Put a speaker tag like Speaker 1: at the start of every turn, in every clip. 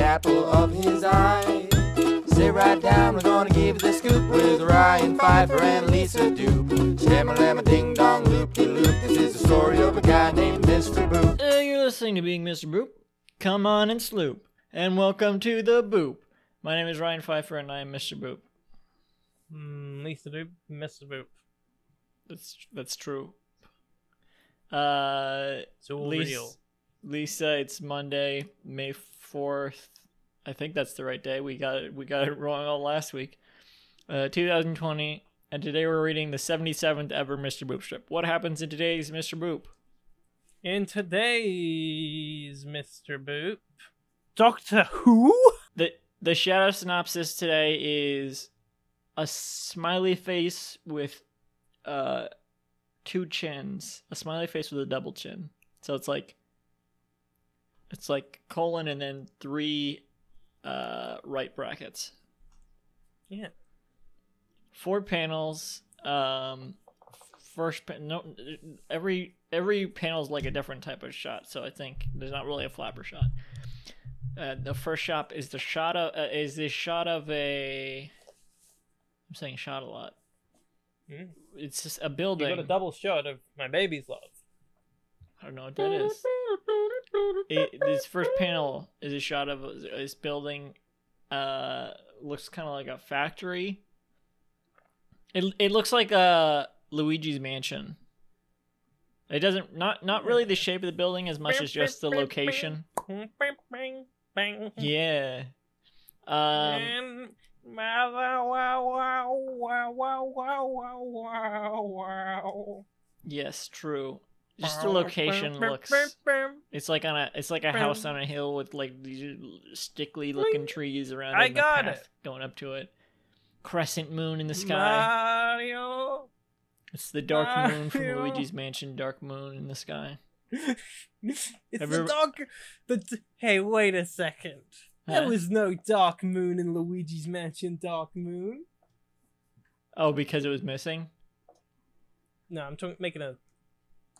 Speaker 1: of his eye. Sit right down, we're gonna give you the scoop with Ryan Pfeiffer and Lisa Dupe. Shamma lamma ding dong loop de loop. This is the story of a guy named Mr. Boop.
Speaker 2: Uh, you're listening to Being Mr. Boop. Come on and sloop. And welcome to the Boop. My name is Ryan Pfeiffer and I am Mr. Boop.
Speaker 3: Mm, Lisa Boop, Mr. Boop.
Speaker 2: That's that's true. Uh
Speaker 3: It's all
Speaker 2: Lis-
Speaker 3: real.
Speaker 2: Lisa, it's Monday, May 4th. I think that's the right day. We got it we got it wrong all last week. Uh 2020 and today we're reading the 77th ever Mr. Boop strip. What happens in today's Mr. Boop?
Speaker 3: In today's Mr. Boop, Doctor Who?
Speaker 2: the the shadow synopsis today is a smiley face with uh two chins a smiley face with a double chin so it's like it's like colon and then three uh right brackets
Speaker 3: Yeah.
Speaker 2: four panels um first pa- no every every panel's like a different type of shot so i think there's not really a flapper shot uh, the first shot is the shot of uh, is this shot of a i'm saying shot a lot
Speaker 3: Mm.
Speaker 2: it's just a
Speaker 3: You
Speaker 2: building
Speaker 3: got a double shot of my baby's love.
Speaker 2: i don't know what that is it, this first panel is a shot of this building uh looks kind of like a factory it, it looks like a luigi's mansion it doesn't not not really the shape of the building as much as just the location
Speaker 3: Bang, bang, bang.
Speaker 2: yeah um
Speaker 3: And wow, wow, wow, wow, wow, wow, wow, wow, wow.
Speaker 2: yes true just the location looks it's like on a it's like a house on a hill with like these stickly looking trees around
Speaker 3: I
Speaker 2: it and a
Speaker 3: got
Speaker 2: path going up to it crescent moon in the sky
Speaker 3: Mario.
Speaker 2: It's the dark
Speaker 3: Ah,
Speaker 2: moon from
Speaker 3: you know.
Speaker 2: Luigi's Mansion. Dark moon in the sky.
Speaker 3: it's
Speaker 2: Have you
Speaker 3: the
Speaker 2: ever-
Speaker 3: dark. The d- hey, wait a second.
Speaker 2: Huh?
Speaker 3: There was no dark moon in Luigi's Mansion. Dark moon.
Speaker 2: Oh, because it was missing.
Speaker 3: No, I'm talking making a.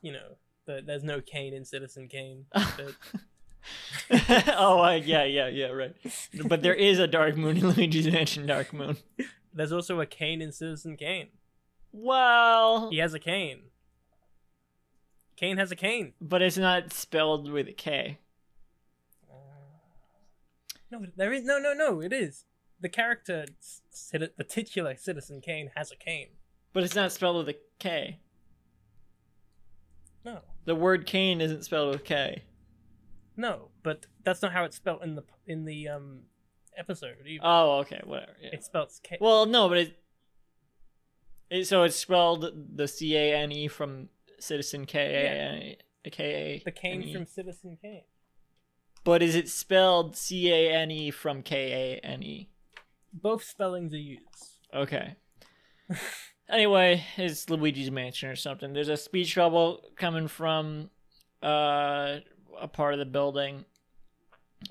Speaker 3: You know, the, there's no Kane in Citizen Kane. But-
Speaker 2: oh, I, yeah, yeah, yeah, right. But there is a dark moon in Luigi's Mansion. Dark moon.
Speaker 3: There's also a Kane in Citizen Kane.
Speaker 2: Well,
Speaker 3: He has a cane. Kane has a cane.
Speaker 2: but it's not spelled with a K.
Speaker 3: No, there is no, no, no. It is the character, c- citi- the titular Citizen Kane has a cane.
Speaker 2: But it's not spelled with a K.
Speaker 3: No,
Speaker 2: The word cane isn't spelled with K.
Speaker 3: no, but that's not how it's spelled in the in the um episode. Either.
Speaker 2: Oh, okay, whatever. yeah.
Speaker 3: it spells K.
Speaker 2: Well, no, but it, it. So it's spelled the C A N E from Citizen K A K A.
Speaker 3: the cane
Speaker 2: N E.
Speaker 3: from Citizen Kane.
Speaker 2: But is it spelled C A N E from K A N E?
Speaker 3: Both spellings are used.
Speaker 2: Okay. anyway, it's Luigi's Mansion or something. There's a speech bubble coming from uh, a part of the building,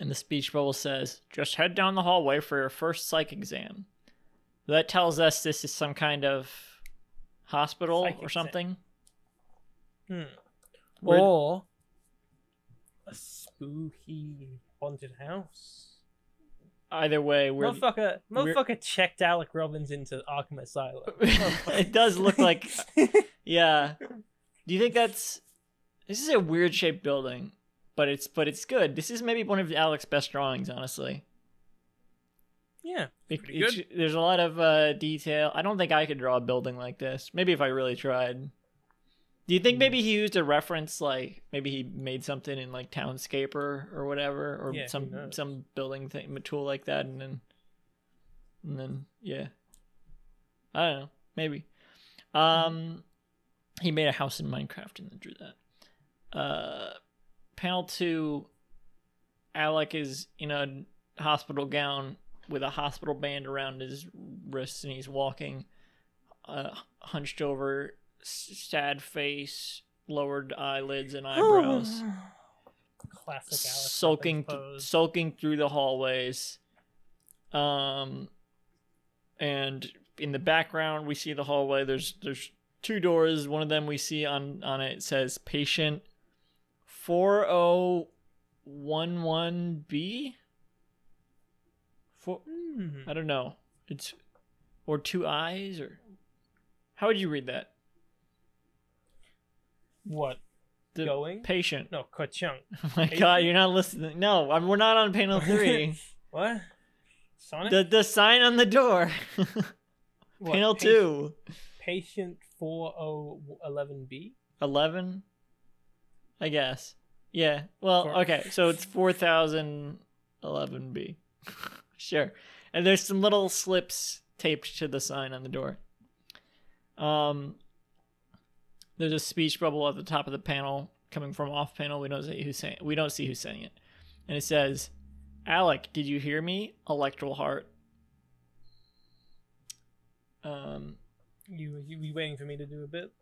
Speaker 2: and the speech bubble says, "Just head down the hallway for your first psych exam." That tells us this is some kind of hospital
Speaker 3: Psych
Speaker 2: or
Speaker 3: exam.
Speaker 2: something.
Speaker 3: Hmm.
Speaker 2: Where-
Speaker 3: Or a spooky haunted house.
Speaker 2: Either way, we're
Speaker 3: Motherfucker,
Speaker 2: we're-
Speaker 3: motherfucker checked Alec Robbins into Arkham Asylum.
Speaker 2: it does look like Yeah. Do you think that's this is a weird shaped building, but it's but it's good. This is maybe one of Alec's best drawings, honestly.
Speaker 3: yeah.
Speaker 2: It-
Speaker 3: Pretty
Speaker 2: it- there's a lot of uh, detail. I don't think I could draw a building like this. Maybe if I really tried. Do you think maybe he used a reference like maybe he made something in like Townscaper or whatever or
Speaker 3: Yeah, who
Speaker 2: some
Speaker 3: knows?
Speaker 2: some building thing tool like that and then and then yeah. I don't know. Maybe. Um he made a house in Minecraft and then drew that. Uh panel 2 Alec is in a hospital gown with a hospital band around his wrists and he's walking uh hunched over s- sad face lowered eyelids
Speaker 3: Oh,
Speaker 2: and eyebrows
Speaker 3: Classic Alec. Robbins
Speaker 2: sulking th-
Speaker 3: pose.
Speaker 2: sulking through the hallways um and in the background we see the hallway there's there's two doors one of them we see on on it says patient 4011b Four,
Speaker 3: Mm.
Speaker 2: I don't know. It's or two eyes or how would you read that?
Speaker 3: What?
Speaker 2: The
Speaker 3: Going?
Speaker 2: patient.
Speaker 3: No, ka-chunk.
Speaker 2: Oh my god,
Speaker 3: patient?
Speaker 2: you're not listening. No, I mean, we're not on panel three.
Speaker 3: What? Sonic?
Speaker 2: the the sign on the door.
Speaker 3: What,
Speaker 2: panel
Speaker 3: pa-
Speaker 2: two.
Speaker 3: Patient 4011B?
Speaker 2: Eleven. I guess. Yeah. Well,
Speaker 3: Four-
Speaker 2: okay. So it's four thousand eleven B. sure. And there's some little slips taped to the sign on the door. Um. There's a speech bubble at the top of the panel coming from off panel. We don't see who's saying. We don't see who's saying it, and it says, "Alec, did you hear me? Electoral heart." Um.
Speaker 3: You, you you waiting for me to do a bit?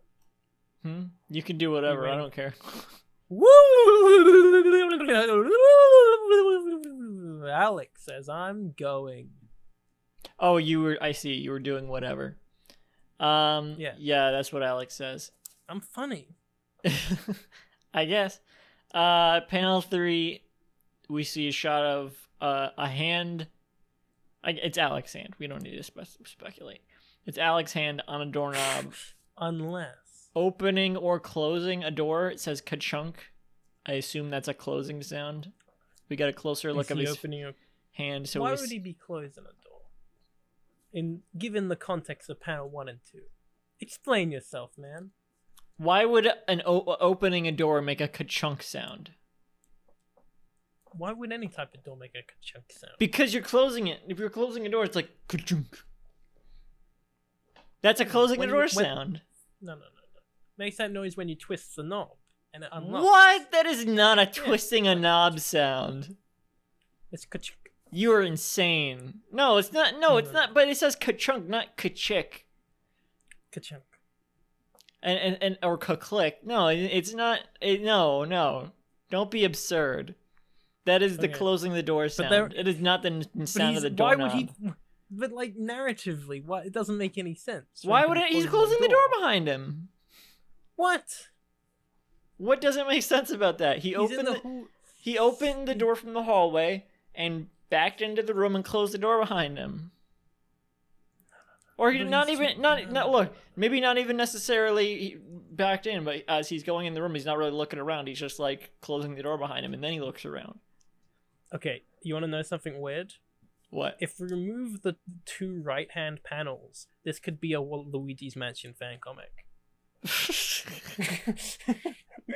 Speaker 2: Hmm? You can do whatever. I
Speaker 3: ready?
Speaker 2: don't care.
Speaker 3: Woo! Alex says, I'm going.
Speaker 2: Oh, you were. I see. You were doing whatever. Um.
Speaker 3: Yeah.
Speaker 2: Yeah. That's what Alex says.
Speaker 3: I'm funny.
Speaker 2: I guess. Uh, panel three, we see a shot of uh, a hand. I, it's Alex's hand. We don't need to spe- speculate. It's Alex's hand on a doorknob,
Speaker 3: Unless.
Speaker 2: opening or closing a door. It says ka-chunk. I assume that's a closing sound. We got a closer look
Speaker 3: Is
Speaker 2: of
Speaker 3: he
Speaker 2: his
Speaker 3: opening a-
Speaker 2: hand. So
Speaker 3: Why
Speaker 2: we
Speaker 3: would he be closing a door? In given the context of panel one and two, explain yourself, man.
Speaker 2: Why would an o- opening a door make a ka-chunk sound?
Speaker 3: Why would any type of door make a chunk sound?
Speaker 2: Because you're closing it. If you're closing a door, it's like ka-chunk. That's a closing
Speaker 3: When
Speaker 2: a
Speaker 3: you-
Speaker 2: door
Speaker 3: when-
Speaker 2: sound.
Speaker 3: no, no, no, no. Makes that noise when you twist the knob and it unlocks.
Speaker 2: What? That is not a twisting a knob sound.
Speaker 3: It's ka-chunk.
Speaker 2: You are insane. No, it's not. No,
Speaker 3: Mm-hmm.
Speaker 2: it's not. But it says ka-chunk, not ka-chick.
Speaker 3: Ka-chunk.
Speaker 2: And, and, and or ka-click. No, it- it's not. It, no, no. Don't be absurd. That is the
Speaker 3: Okay.
Speaker 2: closing the door
Speaker 3: there-
Speaker 2: sound. It is not the n-
Speaker 3: But
Speaker 2: sound of
Speaker 3: he's-
Speaker 2: the
Speaker 3: why
Speaker 2: door.
Speaker 3: would he? But like narratively, why it doesn't make any sense. for
Speaker 2: Why
Speaker 3: him to
Speaker 2: would
Speaker 3: be
Speaker 2: it? He's closing the door behind him.
Speaker 3: What?
Speaker 2: What doesn't make sense about that? He
Speaker 3: He's in
Speaker 2: opened
Speaker 3: the,
Speaker 2: the,
Speaker 3: who-
Speaker 2: he opened the door from the hallway and backed into the room and closed the door behind him. Or he
Speaker 3: But
Speaker 2: did not
Speaker 3: he's-
Speaker 2: even not not look. Maybe not even necessarily he backed in, but as he's going in the room, he's not really looking around. He's just like closing the door behind him, and then he looks around.
Speaker 3: Okay, you want to know something weird?
Speaker 2: What?
Speaker 3: If we remove the two right-hand panels, this could be a Wa- Luigi's Mansion fan comic.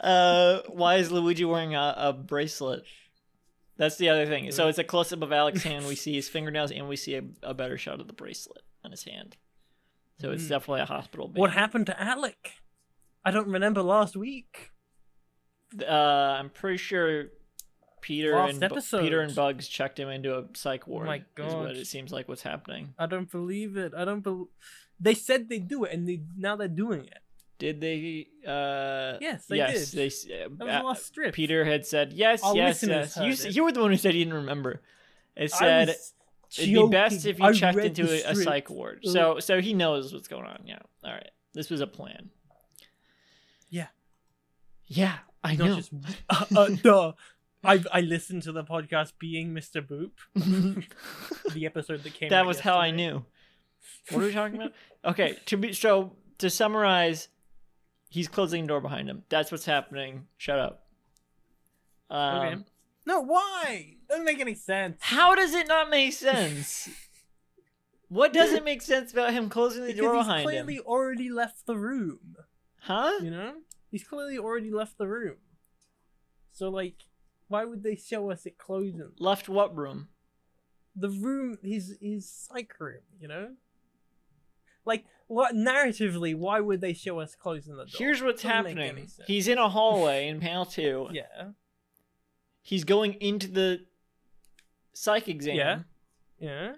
Speaker 2: uh, why is Luigi wearing a, a bracelet? That's the other thing. So it's a close up of Alex's hand. We see his fingernails, and we see a, a better shot of the bracelet on his hand. So it's
Speaker 3: Mm.
Speaker 2: definitely a hospital.
Speaker 3: what
Speaker 2: band.
Speaker 3: happened to Alec? I don't remember last week.
Speaker 2: uh, I'm pretty sure Peter
Speaker 3: Last
Speaker 2: and Bu-
Speaker 3: episode.
Speaker 2: Peter and Bugs checked him into a psych ward.
Speaker 3: Oh my
Speaker 2: Is what
Speaker 3: gosh.
Speaker 2: it seems like what's happening.
Speaker 3: I don't believe it. I don't believe. They said they do it, and they now they're doing it.
Speaker 2: Did they? Uh,
Speaker 3: Yes, they
Speaker 2: yes,
Speaker 3: did.
Speaker 2: They, uh,
Speaker 3: That was the last strip.
Speaker 2: Peter had said yes,
Speaker 3: Our
Speaker 2: yes,
Speaker 3: listeners
Speaker 2: yes. You,
Speaker 3: heard
Speaker 2: s-
Speaker 3: it.
Speaker 2: you were the one who said you didn't remember. It
Speaker 3: I
Speaker 2: said
Speaker 3: was
Speaker 2: it'd be best
Speaker 3: joking.
Speaker 2: if you
Speaker 3: I
Speaker 2: checked
Speaker 3: read
Speaker 2: into
Speaker 3: the
Speaker 2: a, a
Speaker 3: script.
Speaker 2: psych ward.
Speaker 3: Ugh.
Speaker 2: So so he knows what's going on. Yeah. All right. This was a plan.
Speaker 3: Yeah.
Speaker 2: Yeah, I
Speaker 3: Not
Speaker 2: know.
Speaker 3: just uh, uh, duh. I I listened to the podcast being Mr. Boop, the episode that came.
Speaker 2: that
Speaker 3: out
Speaker 2: was how I
Speaker 3: yesterday.
Speaker 2: knew. What are we talking about? Okay, to be so to summarize, he's closing the door behind him. That's what's happening. Shut up. Um,
Speaker 3: Okay. No, why? Doesn't make any sense.
Speaker 2: How does it not make sense? what doesn't make sense about him closing the door
Speaker 3: Because he's
Speaker 2: behind
Speaker 3: clearly
Speaker 2: him?
Speaker 3: already left the room.
Speaker 2: Huh?
Speaker 3: You know, he's clearly already left the room. So like, why would they show us it closing?
Speaker 2: Left what room?
Speaker 3: the room his his psych room you know like what narratively why would they show us closing the door
Speaker 2: Here's what's
Speaker 3: Doesn't make any
Speaker 2: happening.
Speaker 3: sense.
Speaker 2: He's in a hallway in panel two.
Speaker 3: yeah
Speaker 2: He's going into the psych exam.
Speaker 3: Yeah. yeah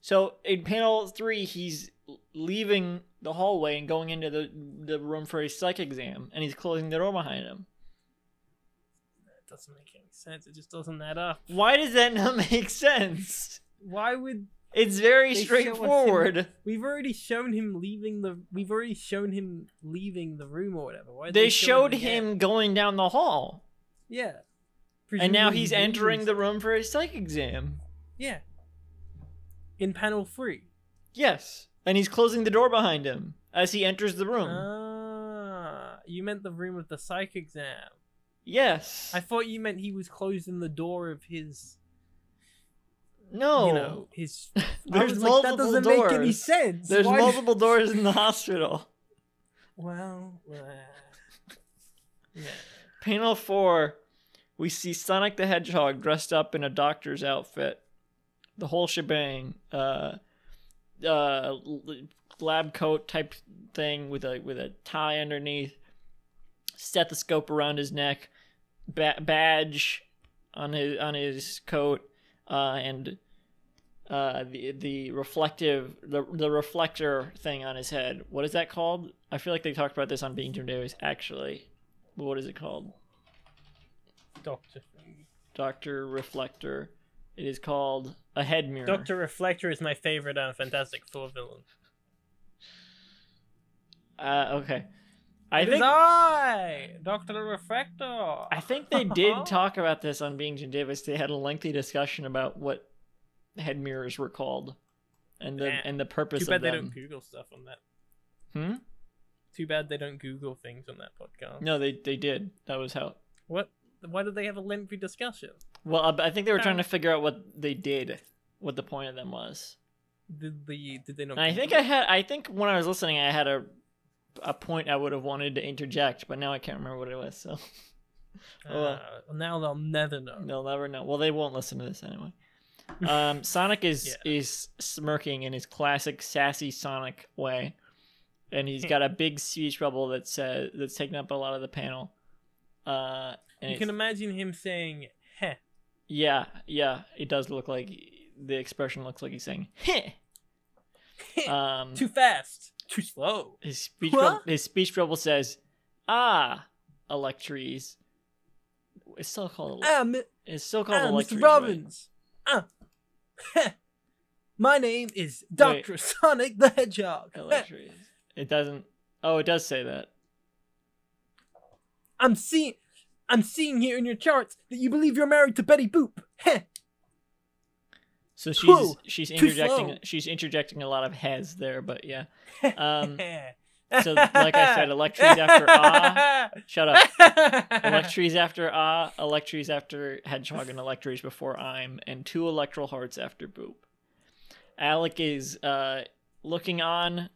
Speaker 2: So in panel three, he's l- leaving the hallway and going into the the room for his psych exam, and he's closing the door behind him.
Speaker 3: that doesn't make any sense it just doesn't add up
Speaker 2: Why does that not make sense?
Speaker 3: why would
Speaker 2: It's very
Speaker 3: They show us him-
Speaker 2: straightforward.
Speaker 3: we've already shown him leaving the we've already shown him leaving the room or whatever why did
Speaker 2: They
Speaker 3: show
Speaker 2: showed
Speaker 3: again?
Speaker 2: him going down the hall,
Speaker 3: yeah
Speaker 2: and now
Speaker 3: Presumably
Speaker 2: he's
Speaker 3: he
Speaker 2: entering
Speaker 3: leaves.
Speaker 2: the room for his psych exam.
Speaker 3: yeah in panel three.
Speaker 2: Yes. And he's closing the door behind him as he enters the room.
Speaker 3: Uh, Ah, you meant the room of the psych exam.
Speaker 2: yes.
Speaker 3: I thought you meant he was closing the door of his.
Speaker 2: no.
Speaker 3: You know, his. I
Speaker 2: There's
Speaker 3: was
Speaker 2: multiple
Speaker 3: like, that doesn't
Speaker 2: doors.
Speaker 3: make any sense.
Speaker 2: There's
Speaker 3: Why-
Speaker 2: multiple doors in the hospital.
Speaker 3: Well, uh, yeah.
Speaker 2: Panel four, we see Sonic the Hedgehog dressed up in a doctor's outfit, the whole shebang, uh, uh, l- lab coat type thing with a with a tie underneath, stethoscope around his neck, ba- badge on his on his coat, uh, and uh, the the reflective the the reflector thing on his head. What is that called? I feel like they talked about this on Being Jim Davis actually what is it called?
Speaker 3: Doctor. thing.
Speaker 2: Doctor Reflector. It is called a head mirror.
Speaker 3: Doctor Reflector is my favorite uh, Fantastic Four villain.
Speaker 2: Uh, okay. I
Speaker 3: It is
Speaker 2: think
Speaker 3: I, Doctor Reflector.
Speaker 2: I think they did talk about this on Being Jim Davis. They had a lengthy discussion about what head mirrors were called, and the
Speaker 3: Nah.
Speaker 2: and the
Speaker 3: Too
Speaker 2: purpose
Speaker 3: bad
Speaker 2: of
Speaker 3: they don't
Speaker 2: them.
Speaker 3: Google stuff on that.
Speaker 2: Hmm?
Speaker 3: Too bad they don't Google things on that podcast.
Speaker 2: No, they they did. That was how.
Speaker 3: What? Why did they have a lengthy discussion?
Speaker 2: Well, I, I think they were trying
Speaker 3: Nah.
Speaker 2: to figure out what they did, what the point of them was.
Speaker 3: Did the did they not?
Speaker 2: And I think
Speaker 3: Google
Speaker 2: I
Speaker 3: it?
Speaker 2: had. I think when I was listening, I had a a point I would have wanted to interject, but now I can't remember what it was. So. oh, uh,
Speaker 3: Ah, well, now they'll never know.
Speaker 2: They'll never know. Well, they won't listen to this anyway. Um, Sonic is
Speaker 3: Yeah.
Speaker 2: is smirking in his classic sassy Sonic way, and he's got a big speech bubble that says that's taking up a lot of the panel. Uh, and
Speaker 3: you
Speaker 2: it's-
Speaker 3: can imagine him saying, "Heh."
Speaker 2: yeah, yeah, it does look like the expression looks like he's saying "Heh." Um,
Speaker 3: Too fast. Too slow.
Speaker 2: his speech
Speaker 3: Huh?
Speaker 2: bubble, his speech bubble says, "Ah, electries." It's still called
Speaker 3: Ah, mi-
Speaker 2: it's still called
Speaker 3: ah
Speaker 2: electries.
Speaker 3: Mr.
Speaker 2: right?
Speaker 3: Robbins. Ah. Heh. My name is Doctor Sonic the Hedgehog. Heh.
Speaker 2: Electries. It doesn't. Oh, it does say that.
Speaker 3: I'm seeing, I'm seeing here in your charts that you believe you're married to Betty Boop. Heh.
Speaker 2: So she's
Speaker 3: Whoa,
Speaker 2: she's
Speaker 3: too
Speaker 2: interjecting
Speaker 3: slow.
Speaker 2: she's interjecting a lot of has there, but yeah. Um,
Speaker 3: so,
Speaker 2: like I said, electries after ah. shut up. Electries after ah, electries after hedgehog, and electries before I'm, and two electoral hearts after boop. Alec is uh, looking on,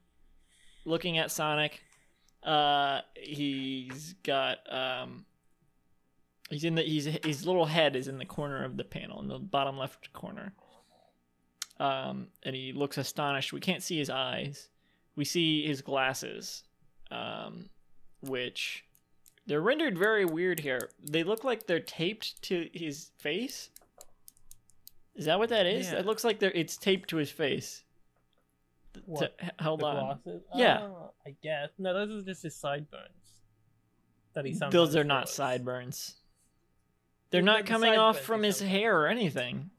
Speaker 2: looking at Sonic. Uh, he's got um, he's in the he's his little head is in the corner of the panel in the bottom left corner. Um, and he looks astonished. We can't see his eyes. We see his glasses, um, which they're rendered very weird here. They look like they're taped to his face. Is that what that is?
Speaker 3: Yeah.
Speaker 2: It looks like they're it's taped to his face.
Speaker 3: What?
Speaker 2: T- h- hold
Speaker 3: The
Speaker 2: on.
Speaker 3: glasses?
Speaker 2: Yeah.
Speaker 3: Oh, I guess. No, those are just his sideburns. That he sometimes
Speaker 2: Those are not
Speaker 3: grows.
Speaker 2: sideburns. They're
Speaker 3: They're
Speaker 2: not
Speaker 3: the
Speaker 2: coming off
Speaker 3: sideburns
Speaker 2: from
Speaker 3: they
Speaker 2: his
Speaker 3: come
Speaker 2: hair or anything.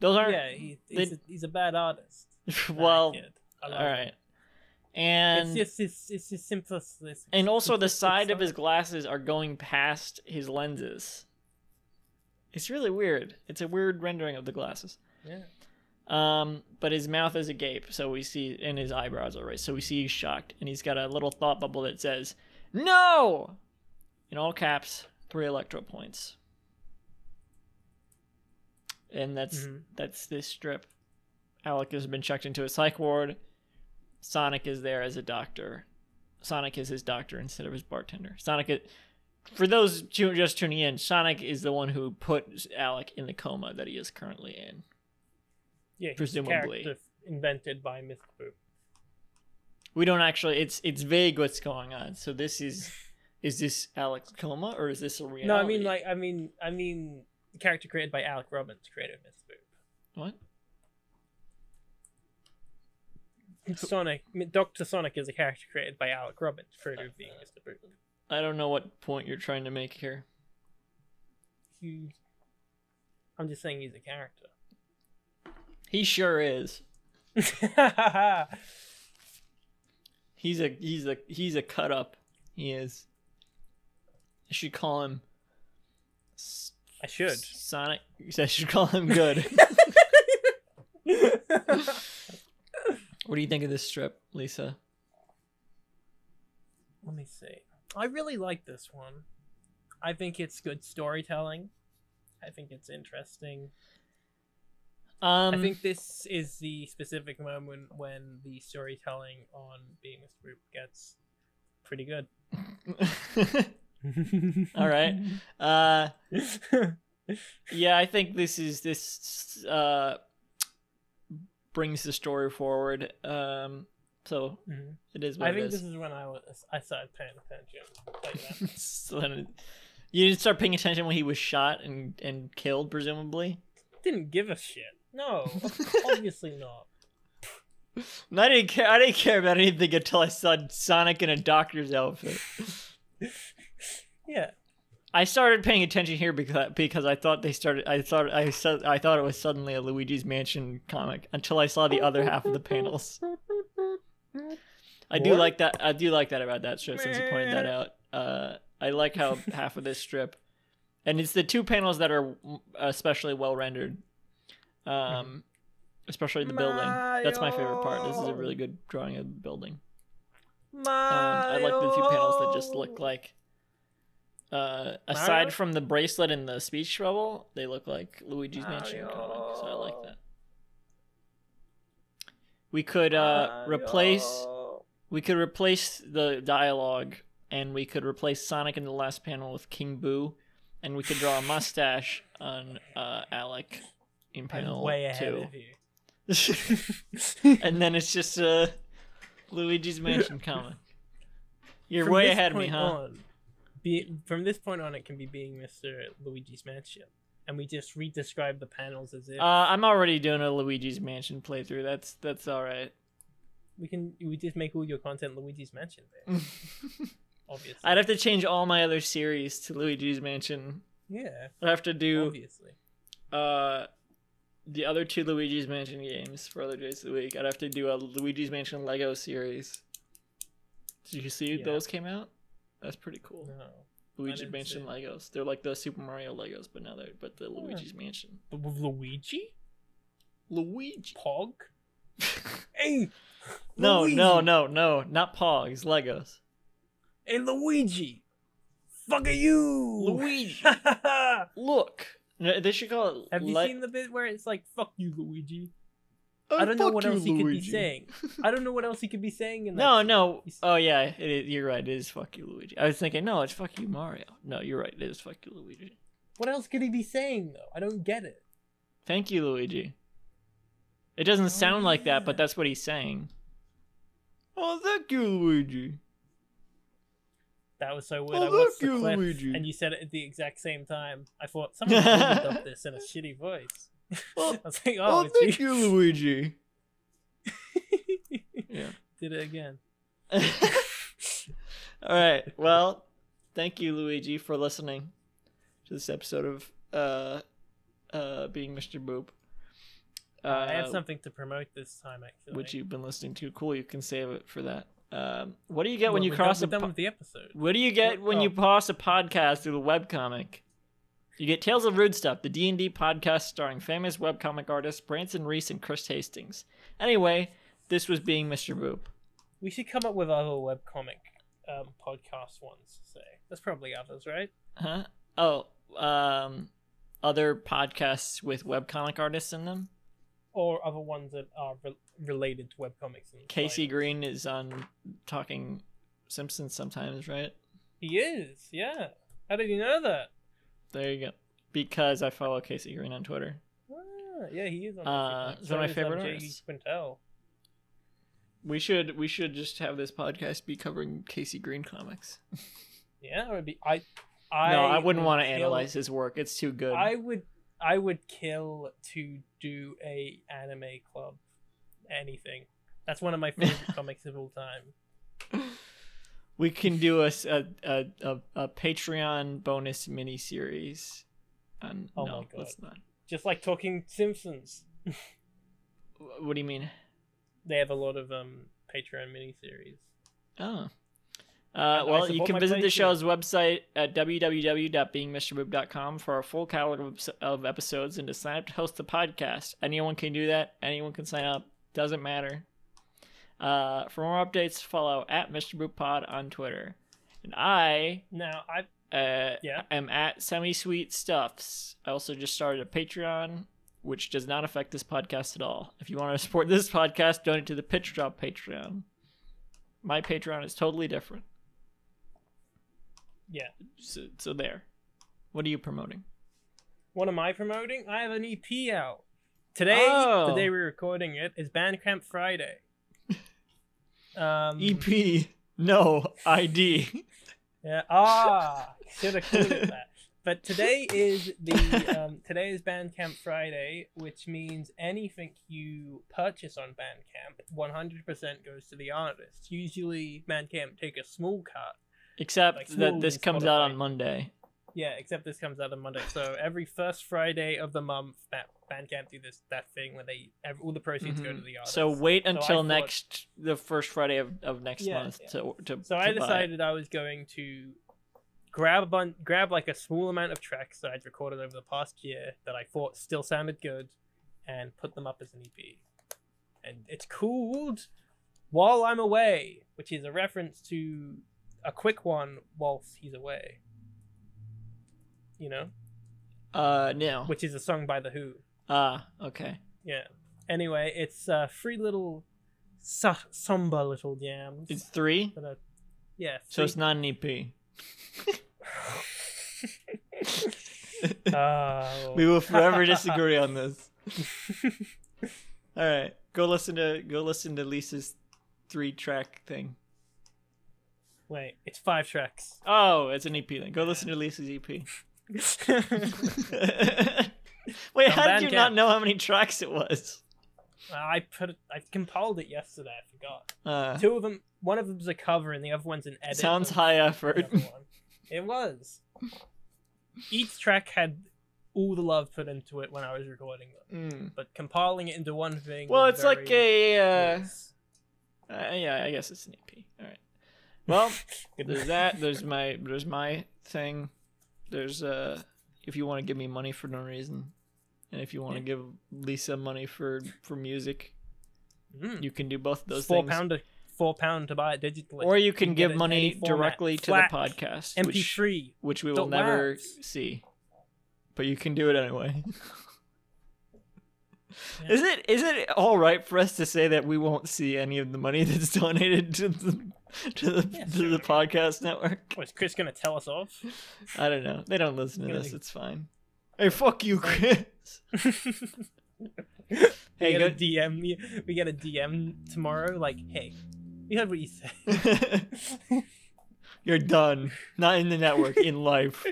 Speaker 2: Those aren't.
Speaker 3: Yeah, he, he's,
Speaker 2: they-
Speaker 3: a, he's a bad artist. that
Speaker 2: well,
Speaker 3: kid. I
Speaker 2: all
Speaker 3: love
Speaker 2: right.
Speaker 3: him.
Speaker 2: And
Speaker 3: it's just it's, it's just simplistic.
Speaker 2: and also the
Speaker 3: simplistic
Speaker 2: side of his
Speaker 3: Sonic.
Speaker 2: glasses are going past his lenses. It's really weird. It's a weird rendering of the glasses.
Speaker 3: Yeah.
Speaker 2: Um, but his mouth is agape, so we see, and his eyebrows are raised, so we see he's shocked, and he's got a little thought bubble that says, "No!" in all caps, three electro points, and that's
Speaker 3: Mhm.
Speaker 2: that's this strip. Alec has been checked into a psych ward. Sonic is there as a doctor. Sonic is his doctor instead of his bartender. Sonic, is, for those two just tuning in, Sonic is the one who put Alec in the coma that he is currently in.
Speaker 3: Yeah, he's a
Speaker 2: presumably.
Speaker 3: character invented by Mr. Boop.
Speaker 2: We don't actually. It's it's vague what's going on. So this is is this Alex coma or is this a reality?
Speaker 3: No, I mean like I mean I mean the character created by Alec Robbins, creator of Mr.
Speaker 2: what?
Speaker 3: Boop. Sonic, Doctor Sonic is a character created by Alec Robbins,
Speaker 2: Uh,
Speaker 3: creator of being Mr. Boop.
Speaker 2: I don't know what point you're trying to make here.
Speaker 3: He, I'm just saying he's a character.
Speaker 2: He sure is. He's a he's a he's a cut up. He is. I should call him. S-
Speaker 3: I should.
Speaker 2: Sonic. I should call him good. What do you think of this strip, Lisa?
Speaker 3: Let me see. I really like this one. I think it's good storytelling. I think it's interesting.
Speaker 2: Um,
Speaker 3: I think this is the specific moment when the storytelling on Being with Group gets pretty good.
Speaker 2: all right. Uh, yeah, I think this is this uh, brings the story forward. Um, so
Speaker 3: Mhm.
Speaker 2: it is what
Speaker 3: I
Speaker 2: it
Speaker 3: think
Speaker 2: is.
Speaker 3: this is when I was I started paying attention. Like uh, that.
Speaker 2: so then it- you didn't start paying attention when he was shot and, and killed, presumably.
Speaker 3: Didn't give a shit. No, obviously not.
Speaker 2: And I didn't care. I didn't care about anything until I saw Sonic in a doctor's outfit.
Speaker 3: Yeah.
Speaker 2: I started paying attention here because because I thought they started. I thought I said I thought it was suddenly a Luigi's Mansion comic until I saw the other half of the panels. I do
Speaker 3: What?
Speaker 2: like that. I do like that about that strip since you pointed that out. Uh, I like how half of this strip, and it's the two panels that are uh, especially well rendered. Um, especially the building. That's my favorite part. This is a
Speaker 3: Mario.
Speaker 2: really good drawing of the building. Um, I like the two panels that just look like. Uh,
Speaker 3: Mario?
Speaker 2: aside from the bracelet and the speech bubble, they look like Luigi's Mansion comic, so I like that. We could uh, replace
Speaker 3: Mario.
Speaker 2: we could replace the dialogue, and we could replace Sonic in the last panel with King Boo, and we could draw a mustache on uh, Alec in
Speaker 3: I'm
Speaker 2: panel
Speaker 3: way ahead
Speaker 2: two.
Speaker 3: of you.
Speaker 2: and then it's just uh, Luigi's Mansion comic. You're
Speaker 3: From
Speaker 2: way
Speaker 3: this
Speaker 2: ahead of me,
Speaker 3: point
Speaker 2: huh?
Speaker 3: On, be, from this point on, it can be being Mr. Luigi's Mansion, and we just re-describe the panels as if
Speaker 2: Uh, I'm already doing a Luigi's Mansion playthrough. That's that's all right.
Speaker 3: we can. We just make all your content Luigi's Mansion, based, obviously.
Speaker 2: I'd have to change all my other series to Luigi's Mansion.
Speaker 3: yeah,
Speaker 2: I'd have to do
Speaker 3: obviously.
Speaker 2: uh, the other two Luigi's Mansion games for other days of the week. I'd have to do a Luigi's Mansion Lego series. Did you see
Speaker 3: Yeah.
Speaker 2: those came out? That's pretty cool.
Speaker 3: No,
Speaker 2: Luigi's
Speaker 3: didn't
Speaker 2: Mansion
Speaker 3: see Oh.
Speaker 2: Legos. They're like the Super Mario Legos, but now they're but the Luigi's Mansion.
Speaker 3: but with Luigi,
Speaker 2: Luigi.
Speaker 3: Pog. hey,
Speaker 2: No,
Speaker 3: Luigi!
Speaker 2: no, no, no, not Pogs. Legos.
Speaker 3: Hey, Luigi, fuck are you,
Speaker 2: Luigi.
Speaker 3: Have
Speaker 2: Look. No, They should call it.
Speaker 3: you
Speaker 2: Le-
Speaker 3: seen the bit where it's like "fuck you, Luigi"?
Speaker 2: Oh,
Speaker 3: I don't know
Speaker 2: fuck
Speaker 3: what
Speaker 2: you,
Speaker 3: else he could be
Speaker 2: Luigi.
Speaker 3: saying. I don't know what else he could be saying in that.
Speaker 2: No, no.
Speaker 3: He's-
Speaker 2: Oh yeah, it is, you're right. It is fuck you, Luigi. I was thinking, no, it's fuck you, Mario. No, you're right. It is fuck you, Luigi.
Speaker 3: What else could he be saying though? I don't get it.
Speaker 2: Thank you, Luigi. It
Speaker 3: Oh,
Speaker 2: doesn't sound like that, but that's what he's saying. Oh, thank you, Luigi.
Speaker 3: That was so weird.
Speaker 2: Oh,
Speaker 3: I watched
Speaker 2: look,
Speaker 3: the
Speaker 2: you,
Speaker 3: clip,
Speaker 2: Luigi.
Speaker 3: and you said it at the exact same time. I thought someone really dubbed this in a shitty voice. I
Speaker 2: Oh,
Speaker 3: was like,
Speaker 2: oh,
Speaker 3: oh,
Speaker 2: thank
Speaker 3: it's
Speaker 2: you,
Speaker 3: you.
Speaker 2: Luigi. yeah.
Speaker 3: Did it again.
Speaker 2: All right. Well, thank you, Luigi, for listening to this episode of uh, uh, being Mr. Boop. Uh,
Speaker 3: I have something to promote this time, actually.
Speaker 2: which you've been listening to. Cool. You can save it for that. Um, what do you get
Speaker 3: Well,
Speaker 2: when you
Speaker 3: we're
Speaker 2: cross a?
Speaker 3: done, we're done
Speaker 2: Po-
Speaker 3: with the episode.
Speaker 2: what do you get when you
Speaker 3: Oh.
Speaker 2: cross a podcast through the webcomic? You get Tales of Rude Stuff, the D&D podcast starring famous webcomic artists Branson Reese and Chris Hastings. Anyway, this was being Mr. Boop.
Speaker 3: We should come up with other webcomic um, podcast ones. to Say, there's probably others, right?
Speaker 2: Huh? Oh, um, other podcasts with webcomic artists in them.
Speaker 3: Or other ones that are re- related to webcomics. and
Speaker 2: Casey
Speaker 3: like-
Speaker 2: Green is on Talking Simpsons sometimes, right?
Speaker 3: He is. Yeah. How did you know that?
Speaker 2: There you go. Because I follow Casey Green on Twitter.
Speaker 3: Ah, yeah, he is on.
Speaker 2: Uh,
Speaker 3: Facebook.
Speaker 2: he's one of my
Speaker 3: is, um,
Speaker 2: favorite
Speaker 3: J.E.
Speaker 2: artists.
Speaker 3: Quintel.
Speaker 2: We should we should just have this podcast be covering Casey Green comics.
Speaker 3: Yeah, it would be. I, I
Speaker 2: no, I wouldn't
Speaker 3: would
Speaker 2: want to
Speaker 3: kill-
Speaker 2: analyze his work. It's too good.
Speaker 3: I would, I would kill to do a anime club, anything. That's one of my favorite comics of all time.
Speaker 2: We can do a s- a, a, a, a Patreon bonus mini series. Um,
Speaker 3: Oh
Speaker 2: no,
Speaker 3: my God.
Speaker 2: let's not.
Speaker 3: Just like talking Simpsons,
Speaker 2: Wh- What do you mean?
Speaker 3: they have a lot of um Patreon miniseries.
Speaker 2: Oh. Uh,
Speaker 3: And I
Speaker 2: well, you
Speaker 3: support
Speaker 2: can
Speaker 3: my
Speaker 2: visit the
Speaker 3: place here.
Speaker 2: show's website at www.beingmrboob.com for a full catalog of- of episodes and to sign up to host the podcast. Anyone can do that. Anyone can sign up. Doesn't matter. Uh, for more updates, follow at Mr. Boop Pod on Twitter. And I
Speaker 3: Now I
Speaker 2: uh,
Speaker 3: Yeah.
Speaker 2: am at Semi Sweet Stuffs. I also just started a Patreon, which does not affect this podcast at all. If you want to support this podcast, donate to the Pitch Drop Patreon. My Patreon is totally different.
Speaker 3: Yeah.
Speaker 2: So, so there. What are you promoting?
Speaker 3: what am I promoting? I have an EP out. Today,
Speaker 2: Oh.
Speaker 3: the day we're recording it, is Bandcamp Friday. Um,
Speaker 2: EP. E No ID.
Speaker 3: Yeah. Ah, should have included that. But today is the um, today is Bandcamp Friday, which means anything you purchase on Bandcamp, 100% goes to the artist. Usually, Bandcamp take a small cut.
Speaker 2: Except
Speaker 3: Like,
Speaker 2: that this
Speaker 3: smooth
Speaker 2: comes out on
Speaker 3: Spotify. Oh,
Speaker 2: Monday.
Speaker 3: Yeah, except this comes out on Monday, so every first Friday of the month, Ba- Bandcamp do this that thing where they ev- all the proceeds go
Speaker 2: Mhm.
Speaker 3: to the artist.
Speaker 2: So wait
Speaker 3: I
Speaker 2: until
Speaker 3: thought-
Speaker 2: next the first Friday of, of next
Speaker 3: Yeah,
Speaker 2: month
Speaker 3: yeah.
Speaker 2: to to
Speaker 3: So
Speaker 2: to
Speaker 3: I
Speaker 2: buy it.
Speaker 3: decided I was going to grab a bun- grab like a small amount of tracks that I'd recorded over the past year that I thought still sounded good, and put them up as an EP. And it's called "While I'm Away," which is a reference to a quick one whilst he's away. You know,
Speaker 2: Uh no.
Speaker 3: which is a song by the Who.
Speaker 2: Ah, okay.
Speaker 3: Yeah. Anyway, it's uh, three little su- somber little jams.
Speaker 2: It's three,
Speaker 3: that are- yeah.
Speaker 2: so
Speaker 3: three-
Speaker 2: it's not an E EP.
Speaker 3: oh.
Speaker 2: We will forever disagree on this. All right, go listen to go listen to Lisa's three track thing.
Speaker 3: Wait, it's five tracks.
Speaker 2: Oh, it's an EP then. Go listen to Lisa's E EP.
Speaker 3: Uh,
Speaker 2: Wait,
Speaker 3: On
Speaker 2: how did you not
Speaker 3: Bandcamp.
Speaker 2: know how many tracks it was?
Speaker 3: I put it, I compiled it yesterday. I forgot.
Speaker 2: Uh,
Speaker 3: Two of them. One of them's a cover, and the other one's an edit.
Speaker 2: sounds
Speaker 3: of
Speaker 2: high
Speaker 3: the
Speaker 2: effort.
Speaker 3: other one. It was. Each track had all the love put into it when I was recording them,
Speaker 2: Mm.
Speaker 3: but compiling it into one thing.
Speaker 2: Well,
Speaker 3: was
Speaker 2: it's like
Speaker 3: very
Speaker 2: a uh,
Speaker 3: loose.
Speaker 2: uh, yeah. I guess it's an EP. All right. Well, there's that there's my there's my thing there's uh if you want to give me money for no reason and if you want to give lisa money for for music
Speaker 3: Mm.
Speaker 2: you can do both of those
Speaker 3: four
Speaker 2: things
Speaker 3: pounder, four pound to buy it digitally,
Speaker 2: or you can
Speaker 3: can get it
Speaker 2: give
Speaker 3: in
Speaker 2: money
Speaker 3: any format.
Speaker 2: directly to
Speaker 3: Flat,
Speaker 2: the podcast which,
Speaker 3: MP3.
Speaker 2: which we will
Speaker 3: dot
Speaker 2: never
Speaker 3: labs.
Speaker 2: see but you can do it anyway
Speaker 3: Yeah.
Speaker 2: Is it is it all right for us to say that we won't see any of the money that's donated to the to the,
Speaker 3: Yeah,
Speaker 2: to the
Speaker 3: sure.
Speaker 2: podcast network?
Speaker 3: Was Chris gonna tell us off?
Speaker 2: I don't know. They don't listen to
Speaker 3: Gonna
Speaker 2: this.
Speaker 3: be-
Speaker 2: It's fine. Hey, fuck you, Chris.
Speaker 3: we
Speaker 2: Hey,
Speaker 3: get a
Speaker 2: go.
Speaker 3: DM. me- We get a DM tomorrow. Like, hey, we heard what you said.
Speaker 2: You're done. Not in the network. In life,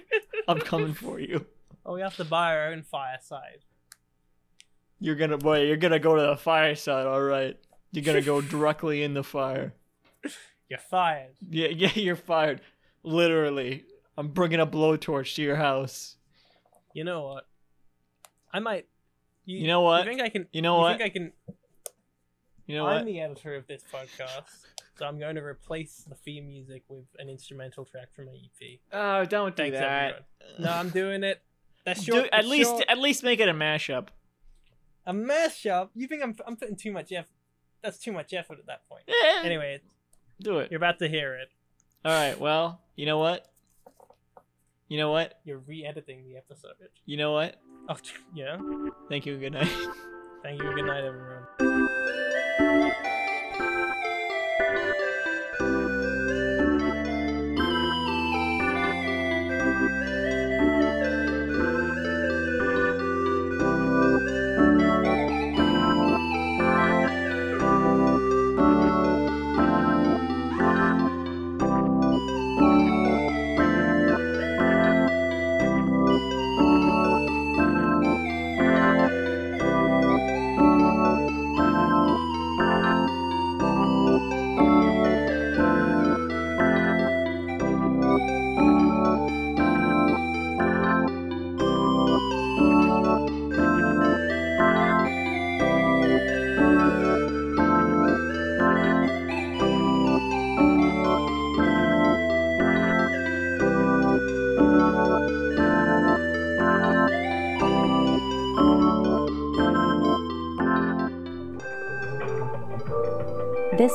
Speaker 2: I'm coming for you.
Speaker 3: Oh, we have to buy our own fireside.
Speaker 2: You're gonna boy. You're gonna go to the fireside. All right. You're gonna go directly in the fire.
Speaker 3: You're fired.
Speaker 2: Yeah, yeah. You're fired. Literally. I'm bringing a blowtorch to your house.
Speaker 3: You know what? I might.
Speaker 2: You know what?
Speaker 3: You think I can?
Speaker 2: You know
Speaker 3: you
Speaker 2: what?
Speaker 3: Think I can?
Speaker 2: You know
Speaker 3: I'm
Speaker 2: what?
Speaker 3: the editor of this podcast, so I'm going to replace the theme music with an instrumental track from my EP.
Speaker 2: Oh, don't do
Speaker 3: Thanks,
Speaker 2: that.
Speaker 3: everyone. No, I'm doing it. That's
Speaker 2: Do-
Speaker 3: short.
Speaker 2: at
Speaker 3: it's
Speaker 2: least, e-
Speaker 3: short.
Speaker 2: at least make it a mashup.
Speaker 3: a mashup. You think I'm? I'm putting too much effort. That's too much effort at that point.
Speaker 2: Eh,
Speaker 3: Anyway,
Speaker 2: do it.
Speaker 3: you're about to hear it.
Speaker 2: All right. Well, you know what? You know what?
Speaker 3: You're re-editing the episode.
Speaker 2: You know what?
Speaker 3: Oh, yeah.
Speaker 2: Thank you. and Good night.
Speaker 3: Thank you. Good night, everyone.
Speaker 4: This